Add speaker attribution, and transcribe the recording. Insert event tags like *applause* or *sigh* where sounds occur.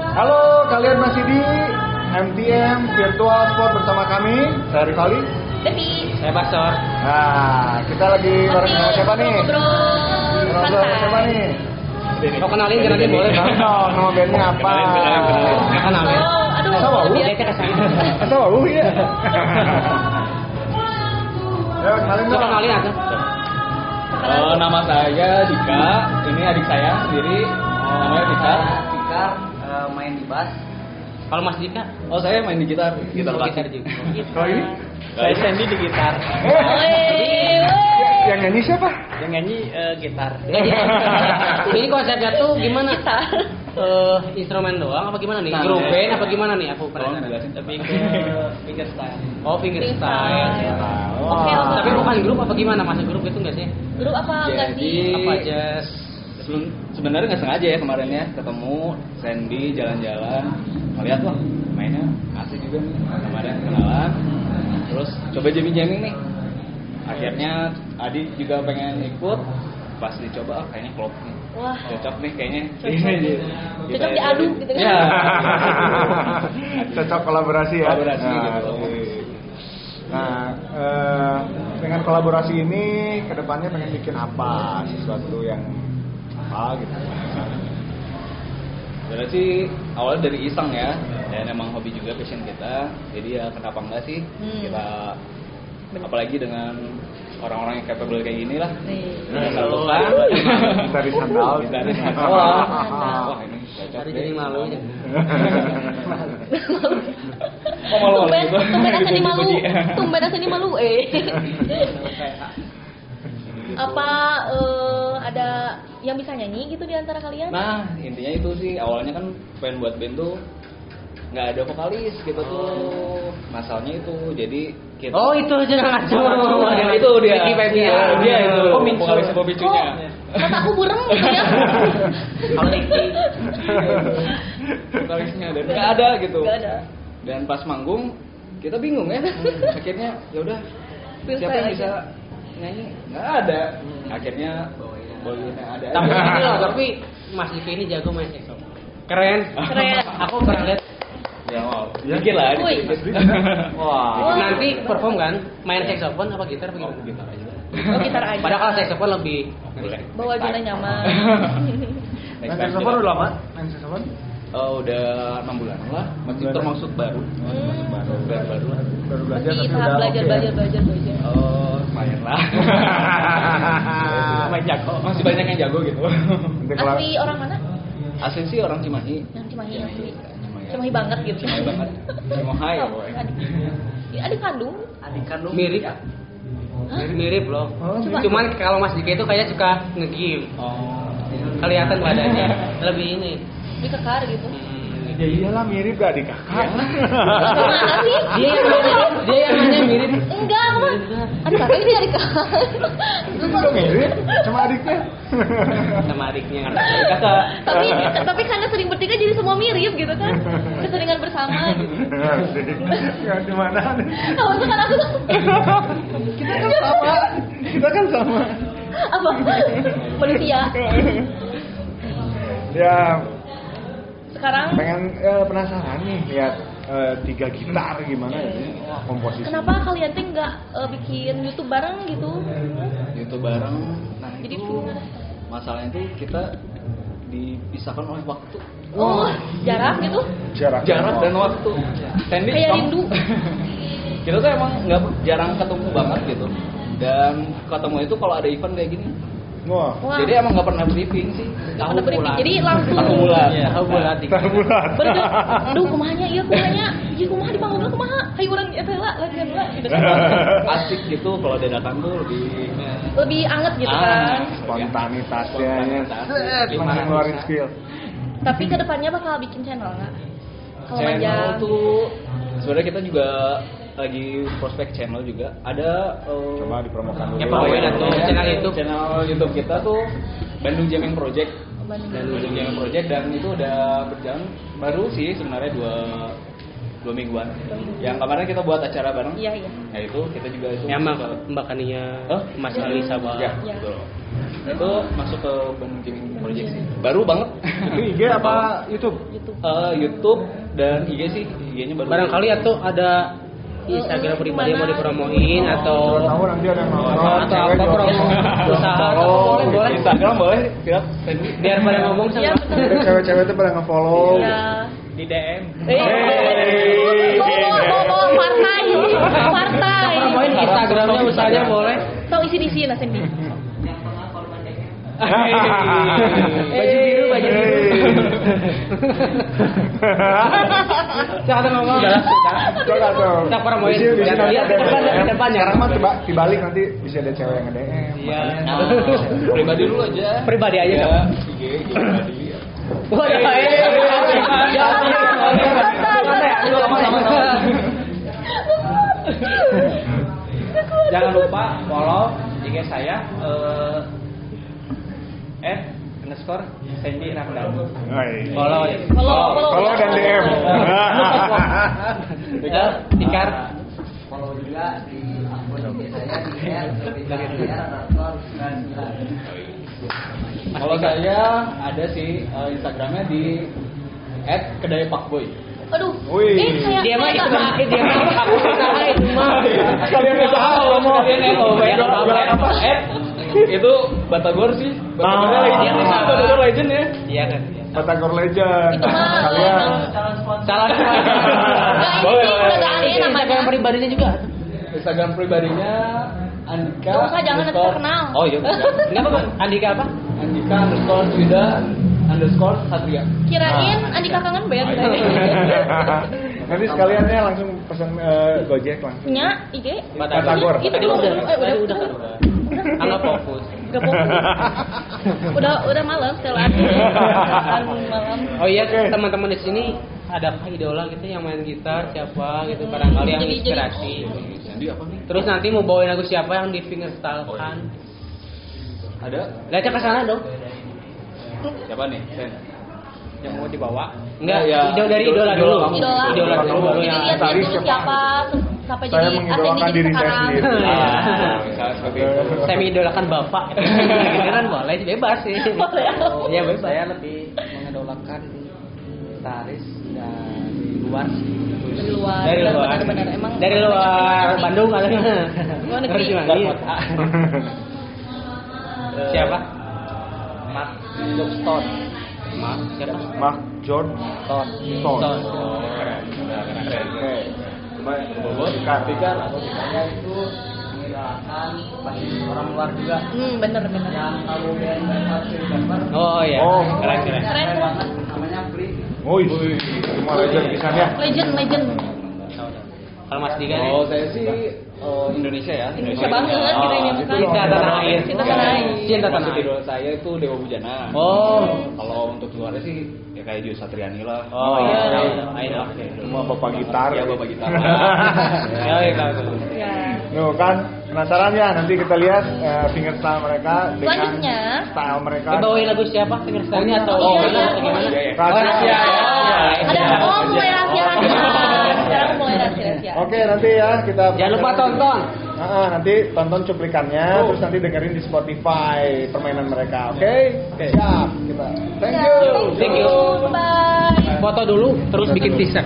Speaker 1: Halo, kalian masih di MTM Virtual Sport bersama kami. Saya Rivali.
Speaker 2: Tapi
Speaker 3: Saya Baksor.
Speaker 1: Nah, kita lagi bareng sama siapa nih?
Speaker 2: Ngobrol
Speaker 1: Ngobrol sama siapa
Speaker 2: santai.
Speaker 1: nih?
Speaker 3: Mau kenalin kenalin boleh *laughs* bang?
Speaker 1: Kenal, nama bandnya apa?
Speaker 3: Kenalin, kenalin, kenalin. Nggak
Speaker 4: ya?
Speaker 3: kenalin.
Speaker 2: Oh, aduh,
Speaker 1: Sama
Speaker 2: udah
Speaker 1: Wu.
Speaker 2: biasa.
Speaker 4: *laughs*
Speaker 1: Atau bau ya? Ya, kenalin
Speaker 3: Coba
Speaker 1: dong.
Speaker 3: kenalin aku.
Speaker 2: Kenalan.
Speaker 3: Oh, nama saya Dika. Ini adik saya sendiri. Namanya Dika.
Speaker 4: Tikar Oh, eh, main di bass.
Speaker 3: Kalau Mas Dika?
Speaker 4: Oh saya main di gitar.
Speaker 3: Gitar gitar juga.
Speaker 2: Gitu.
Speaker 1: Kalau ini?
Speaker 3: Saya Sandy di gitar.
Speaker 1: Eh,
Speaker 3: *laughs*
Speaker 2: Woi, woi.
Speaker 1: yang nyanyi siapa?
Speaker 3: Yang nyanyi eh, gitar.
Speaker 1: Hahaha.
Speaker 3: Ini konsepnya tuh gimana?
Speaker 2: Kita.
Speaker 3: Eh, instrumen doang apa gimana nih?
Speaker 4: Gitar.
Speaker 3: Grup band apa gimana nih? Aku
Speaker 4: Tolong
Speaker 3: pernah.
Speaker 4: jelasin.
Speaker 3: Tapi *laughs*
Speaker 4: fingerstyle.
Speaker 3: Oh fingerstyle.
Speaker 2: Fingerstyle.
Speaker 1: Wah.
Speaker 2: Oke, oke.
Speaker 3: Tapi bukan grup apa gimana? Masuk grup itu enggak sih?
Speaker 2: Grup apa enggak sih?
Speaker 4: Jadi-
Speaker 3: Apa jazz?
Speaker 4: Sebelum sebenarnya nggak sengaja ya kemarin ya ketemu Sandy jalan-jalan melihat wah mainnya asik juga nih kemarin kenalan terus coba jamming jamming nih akhirnya Adi juga pengen ikut pas dicoba ah, kayaknya klop nih
Speaker 2: Wah.
Speaker 4: cocok nih kayaknya Iya,
Speaker 2: Cocok. Cocok diadu gitu kan?
Speaker 4: ya Iya.
Speaker 2: *laughs*
Speaker 1: *laughs* Cocok kolaborasi ya.
Speaker 4: Kolaborasi
Speaker 1: nah,
Speaker 4: gitu.
Speaker 1: oke. Nah, eh, dengan kolaborasi ini kedepannya pengen bikin apa? Sesuatu yang apa
Speaker 4: *laughs*
Speaker 1: gitu?
Speaker 4: Sebenarnya sih awalnya dari iseng ya dan emang hobi juga passion kita jadi ya kenapa enggak sih
Speaker 2: Hmm.
Speaker 4: kita
Speaker 2: Bener.
Speaker 4: apalagi dengan orang-orang yang capable kayak gini lah kan.
Speaker 2: Nih.
Speaker 4: Bisa satukan.
Speaker 1: Dari sandal.
Speaker 4: Bisa dari sandal. wah ini cocok
Speaker 3: Cari jadi
Speaker 4: deh
Speaker 3: malu aja.
Speaker 4: Oh, malu-malu
Speaker 2: Tumben,
Speaker 4: gitu. *laughs*
Speaker 2: tumben seni malu,
Speaker 4: Dipuji-puji.
Speaker 2: tumben seni malu,
Speaker 4: *laughs*
Speaker 2: eh. Apa eh, ada yang bisa nyanyi gitu di antara kalian?
Speaker 4: nah intinya itu sih awalnya kan pengen buat band tuh nggak ada vokalis gitu tuh masalahnya itu jadi kita
Speaker 3: Oh itu jangan
Speaker 4: Cuma- cuma- itu dia
Speaker 3: Ricky
Speaker 4: Iya,
Speaker 3: Febian.
Speaker 4: dia itu
Speaker 3: Oh, Mincu.
Speaker 4: vokalisnya Bobby
Speaker 2: Kok
Speaker 4: Cunya.
Speaker 2: mataku burem gitu
Speaker 4: *laughs*
Speaker 2: ya?
Speaker 3: Kalau
Speaker 2: *laughs*
Speaker 3: Ricky.
Speaker 4: vokalisnya dan nggak ada gitu
Speaker 2: Gak ada.
Speaker 4: dan pas manggung kita bingung ya akhirnya ya udah
Speaker 2: Freestyle
Speaker 4: siapa yang
Speaker 2: aja.
Speaker 4: bisa nyanyi nggak ada akhirnya bawain yang ada Iya.
Speaker 3: Tapi
Speaker 4: aja.
Speaker 3: ini loh,
Speaker 4: *laughs*
Speaker 3: tapi Mas Diki ini jago main saxophone. Keren.
Speaker 2: Keren.
Speaker 3: Aku pernah lihat.
Speaker 4: ya mau dikit lah
Speaker 2: Woi.
Speaker 4: dikit
Speaker 3: Wah.
Speaker 2: Wah.
Speaker 3: Nanti perform kan? Main saxophone apa gitar apa
Speaker 4: Oh,
Speaker 3: gimana?
Speaker 4: gitar aja lah.
Speaker 2: Oh, gitar aja.
Speaker 3: Padahal kalau saxophone lebih.
Speaker 4: boleh
Speaker 2: Bawa zona nyaman.
Speaker 4: Next
Speaker 1: Main
Speaker 4: time
Speaker 1: saxophone
Speaker 4: kita-
Speaker 1: udah lama? Main saxophone?
Speaker 4: Eh, udah enam bulan lah masih
Speaker 1: Bulan.
Speaker 4: termasuk baru
Speaker 2: Hmm.
Speaker 4: baru baru
Speaker 1: Baru *laughs* belajar
Speaker 2: Masih
Speaker 1: tapi udah
Speaker 2: tahap Iya, belajar,
Speaker 1: oke ya?
Speaker 2: belajar, belajar, belajar.
Speaker 4: oh lumayan lah
Speaker 1: Hahaha.
Speaker 4: Lumayan jago masih banyak yang jago *laughs* gitu
Speaker 1: Nanti kelar-
Speaker 2: Asli orang mana?
Speaker 4: asli sih orang Cimahi
Speaker 2: Yang Cimahi asli.
Speaker 4: Cimahi.
Speaker 2: Cimahi banget gitu.
Speaker 4: Cimahi banget. Cimahi ya, boy.
Speaker 2: Adik- ya, Adik kandung.
Speaker 4: adik kandung
Speaker 3: Mirip. Mirip loh.
Speaker 1: Oh,
Speaker 2: Coba.
Speaker 3: Cuman kalau Mas Diki itu kayak suka nge-game.
Speaker 4: oh
Speaker 3: Kelihatan badannya lebih ini.
Speaker 2: Ini kekar
Speaker 1: *laughs*
Speaker 2: gitu.
Speaker 3: Hmm.
Speaker 1: Ya iyalah mirip gak adik kakak.
Speaker 2: Iya. Gimana sih?
Speaker 1: Iya,
Speaker 3: Dia yang nanya, dia yang nanya mirip.
Speaker 2: Enggak, mah. Adik kakak ini adik kakak.
Speaker 1: *laughs* Itu udah mirip sama
Speaker 4: *laughs*
Speaker 1: adiknya.
Speaker 3: sama adiknya. Kakak.
Speaker 2: tapi tapi karena sering bertiga jadi semua mirip gitu
Speaker 1: *laughs*
Speaker 2: kan. Keseringan bersama gitu.
Speaker 4: Iya,
Speaker 1: Asik. Ya di mana nih?
Speaker 2: Kalau misalkan aku tuh Iya,
Speaker 1: Kita kan sama. Kita kan sama.
Speaker 2: apa? Polisi ya.
Speaker 1: Ya
Speaker 2: Sekarang
Speaker 1: pengen eh, penasaran nih lihat eh, tiga gitar gimana ya Wah, komposisi.
Speaker 2: kenapa kalian tuh nggak eh, bikin YouTube bareng gitu?
Speaker 4: itu bareng nah
Speaker 2: Jadi
Speaker 4: itu
Speaker 2: gimana?
Speaker 4: masalahnya itu kita dipisahkan oleh waktu
Speaker 2: Oh, jarak gitu?
Speaker 1: Jarak,
Speaker 4: jarak dan waktu Iya. Sandy
Speaker 2: Kayak
Speaker 4: kamu-
Speaker 2: rindu.
Speaker 4: kita tuh emang nggak jarang ketemu banget gitu dan ketemu itu kalau ada event kayak gini
Speaker 1: Wah.
Speaker 2: Wah.
Speaker 4: jadi emang nggak pernah briefing sih
Speaker 2: Nggak pernah briefing. Jadi langsung.
Speaker 4: aku bulan
Speaker 3: Iya, aku bulat.
Speaker 1: Gitar bulat.
Speaker 4: *laughs*
Speaker 2: Berarti, aduh kumahnya, iya kumahnya, iya kumaha di panggung kumaha, kayak orang ya tela lagi kan lah,
Speaker 4: *laughs*
Speaker 2: gitu.
Speaker 4: asik gitu kalau ada datang tuh lebih
Speaker 2: Lebih anget gitu
Speaker 4: Ah.
Speaker 2: kan.
Speaker 1: Spontanitasnya.
Speaker 4: Spontanitas.
Speaker 1: Set, langsung ngeluarin skill.
Speaker 2: Tapi kedepannya bakal bikin channel nggak? Kalau
Speaker 4: channel
Speaker 2: panjang.
Speaker 4: tuh sebenarnya kita juga lagi prospek channel juga ada eh,
Speaker 1: Coba dipromokan dulu.
Speaker 3: Ya, pokoknya ada tuh channel YouTube.
Speaker 4: channel YouTube kita tuh Bandung Jamming Project
Speaker 2: Bandung.
Speaker 4: Bandung Jamming Project dan itu udah berjalan baru sih sebenarnya dua dua mingguan. Yang kemarin kita buat acara bareng.
Speaker 2: Iya iya.
Speaker 4: Nah itu kita juga itu.
Speaker 3: Nyama Mbak Kania,
Speaker 4: Oh.
Speaker 3: Mas Ali Sabah.
Speaker 4: Ya,
Speaker 2: Iya.
Speaker 4: betul. Itu masuk ke Bandung Gaming Project sih.
Speaker 2: Iya.
Speaker 4: Baru
Speaker 3: *laughs*
Speaker 4: banget.
Speaker 1: Itu IG apa YouTube?
Speaker 2: Gitu.
Speaker 4: Eh, YouTube dan IG sih, IG-nya baru.
Speaker 3: Barangkali atau ada Instagram pribadi yang mau dipromoin atau
Speaker 1: Siapa tahu nanti ada yang mau
Speaker 3: Apa-
Speaker 1: nonton, cewek
Speaker 3: apa
Speaker 1: juga
Speaker 3: promo?
Speaker 1: mau-
Speaker 3: Usaha atau
Speaker 1: follow,
Speaker 3: boleh,
Speaker 1: gitu.
Speaker 3: boleh.
Speaker 4: Iya. Instagram boleh, siap. Sandy.
Speaker 3: biar pada ngomong sama
Speaker 2: Iya betul.
Speaker 1: Jadi Cewek-cewek itu pada nge-follow.
Speaker 2: Iya.
Speaker 3: di DM.
Speaker 2: *laughs* Eh,
Speaker 4: Oh. Hey.
Speaker 2: bobo, bobo, partai, partai.
Speaker 3: Promoin Instagramnya usahanya boleh.
Speaker 2: Tahu isi di sini Sendi.
Speaker 3: baju biru, baju biru. Jangan ngomong. Udah lah, sudah.
Speaker 1: Coba dong.
Speaker 3: Kita promoin.
Speaker 1: Di sini- di sini
Speaker 3: Jangan lihat
Speaker 1: ada
Speaker 3: ke depan,
Speaker 1: DM.
Speaker 3: ke depan ya.
Speaker 1: Sekarang mah coba dibalik nanti bisa ada cewek yang nge-DM.
Speaker 3: Iya.
Speaker 4: Nah, pribadi dulu aja.
Speaker 3: Pribadi aja,
Speaker 4: Ya,
Speaker 3: Kak.
Speaker 4: IG, IG pribadi.
Speaker 3: Waduh, eh, jangan, jangan. Santai, aduh, lama, lama, lama.
Speaker 4: Jangan lupa follow IG saya eh F underscore Sandy Ramdan.
Speaker 2: Follow,
Speaker 3: Follow.
Speaker 2: follow.
Speaker 1: Follow dan DM.
Speaker 4: *laughs* Tikar, tikar.
Speaker 5: Follow juga di akun IG saya di @sofia_99.
Speaker 4: Kalau saya ada sih eh, Instagramnya di at kedai pakboy.
Speaker 2: Aduh.
Speaker 1: Wih.
Speaker 2: Eh, kayak-
Speaker 3: Dia mah
Speaker 2: kayak
Speaker 3: itu mah,
Speaker 2: apa?
Speaker 3: dia mah aku usaha itu mah.
Speaker 4: Iya, Kalian usaha kalau mau. Kalian yang mau bayar
Speaker 3: Biar iya. apa?
Speaker 4: apa? At Iya, Eh, itu Batagor sih. Batagornya
Speaker 1: Ah.
Speaker 4: legend sih. Batagor legend ya.
Speaker 3: Iya kan.
Speaker 1: Batagor Legend.
Speaker 2: Itu mah
Speaker 1: Kalian
Speaker 2: emang.
Speaker 3: Salah.
Speaker 2: Nggak, ini
Speaker 4: Boleh,
Speaker 2: sih
Speaker 4: boleh.
Speaker 2: udah gak ada ya namanya.
Speaker 3: Instagram pribadinya juga.
Speaker 4: Instagram pribadinya Andika.
Speaker 2: Gak usah, jangan, nanti
Speaker 4: underscore-
Speaker 2: terkenal.
Speaker 4: Oh iya. benar.
Speaker 3: Kenapa Bang? Andika apa?
Speaker 4: Andika underscore Twida underscore Satria.
Speaker 2: Kirain Andika kangen band.
Speaker 1: Nanti sekalian ya langsung pesan eh, Gojek langsung.
Speaker 2: Punya IG.
Speaker 1: Batagor.
Speaker 2: Itu dulu.
Speaker 3: Udah,
Speaker 2: Eh, udah, udah.
Speaker 3: Anggap fokus.
Speaker 2: Gak
Speaker 1: *laughs*
Speaker 2: fokus. Udah, udah malam setelan. Setelan malam.
Speaker 3: Oh iya,
Speaker 1: Oke.
Speaker 3: teman-teman di sini adakah idola gitu yang main gitar siapa
Speaker 2: Hmm,
Speaker 3: gitu barangkali yang
Speaker 2: Jadi- jadi-
Speaker 3: inspirasi.
Speaker 2: gitu.
Speaker 4: Jadi apa nih?
Speaker 3: Terus nanti mau bawain lagu siapa yang di fingerstyle-kan?
Speaker 4: Ada
Speaker 3: Lihatnya ke sana dong.
Speaker 4: siapa nih? Sen. Yang mau dibawa?
Speaker 3: Enggak,
Speaker 4: Ya, ya.
Speaker 3: jauh dari idola dulu.
Speaker 2: Idola.
Speaker 3: Idola dulu baru
Speaker 2: Jadi
Speaker 3: yang
Speaker 2: lihat
Speaker 1: Tadi
Speaker 2: dulu
Speaker 1: siapa?
Speaker 2: siapa terus sampai
Speaker 1: Saya
Speaker 2: jadi
Speaker 1: mengidolakan
Speaker 2: Asendi
Speaker 1: diri
Speaker 2: jadi
Speaker 1: saya
Speaker 2: sekarang.
Speaker 1: sendiri. Iya.
Speaker 4: Ah, misalnya seperti itu.
Speaker 3: saya mengidolakan bapak. gitu kan boleh bebas sih.
Speaker 2: Boleh.
Speaker 3: Iya bebas.
Speaker 4: Saya lebih mengidolakan taris dari luar
Speaker 2: Dari luar.
Speaker 3: Dari luar.
Speaker 2: Benar-benar emang.
Speaker 3: Dari luar
Speaker 2: banyak
Speaker 3: Bandung ada.
Speaker 2: Luar negeri.
Speaker 3: Terus gimana?
Speaker 4: Luar
Speaker 3: Iya. Eh,
Speaker 4: kota.
Speaker 3: Siapa?
Speaker 4: Mark Jobstone. Mark siapa?
Speaker 1: Mark George
Speaker 4: Stone.
Speaker 1: Stone.
Speaker 3: Stone.
Speaker 4: Keren. Keren. Keren.
Speaker 1: Oke. Coba
Speaker 4: Bobot,
Speaker 1: Tikar.
Speaker 4: tikar.
Speaker 5: Saya itu mengidolakan bagi orang luar juga kan,
Speaker 2: Hmm, benar-benar.
Speaker 5: yang tahu band Marcel Gambar.
Speaker 3: Oh iya.
Speaker 1: Oh.
Speaker 3: Keren keren.
Speaker 2: Keren.
Speaker 5: Namanya Pri.
Speaker 1: Woi, semua ya. legend pisannya.
Speaker 2: Legend, legend.
Speaker 3: Kalau Mas Diga nih.
Speaker 4: Oh, saya sih eh, Indonesia ya.
Speaker 2: Indonesia banget, kita ingin
Speaker 4: Oh,
Speaker 2: sekali.
Speaker 3: Cinta tanah air.
Speaker 2: Cinta tanah air.
Speaker 3: Cinta tanah
Speaker 4: Maksud
Speaker 3: air.
Speaker 4: idola saya itu Dewa Bujana.
Speaker 3: Oh.
Speaker 4: Kalau untuk luarnya sih ya kayak Dio Satriani lah.
Speaker 3: Oh iya. Idol.
Speaker 1: Semua bapak gitar.
Speaker 4: Iya, bapak
Speaker 3: *laughs*
Speaker 4: gitar.
Speaker 3: Ya iya tahu. tahu.
Speaker 2: Ya.
Speaker 1: Nuh kan penasaran ya nanti kita lihat eh, fingerstyle mereka dengan
Speaker 2: Selanjutnya.
Speaker 1: style mereka.
Speaker 3: Dibawain lagu Oh, siapa? Fingerstyle-nya atau
Speaker 2: Oh,
Speaker 3: gimana?
Speaker 2: iya.
Speaker 3: Atau gimana?
Speaker 4: Iya, iya.
Speaker 1: Rahasia.
Speaker 2: Rahasia. Ada
Speaker 3: Iya.
Speaker 2: oh mulai rahasia rahasia. Sekarang mulai rahasia rahasia.
Speaker 1: Oke nanti ya kita
Speaker 3: Jangan lupa tonton. Oh.
Speaker 1: Ah, ah, nanti tonton cuplikannya terus nanti dengerin di Spotify permainan mereka oke siap kita thank you
Speaker 3: Thank you.
Speaker 2: Bye.
Speaker 3: Foto dulu terus bikin teaser.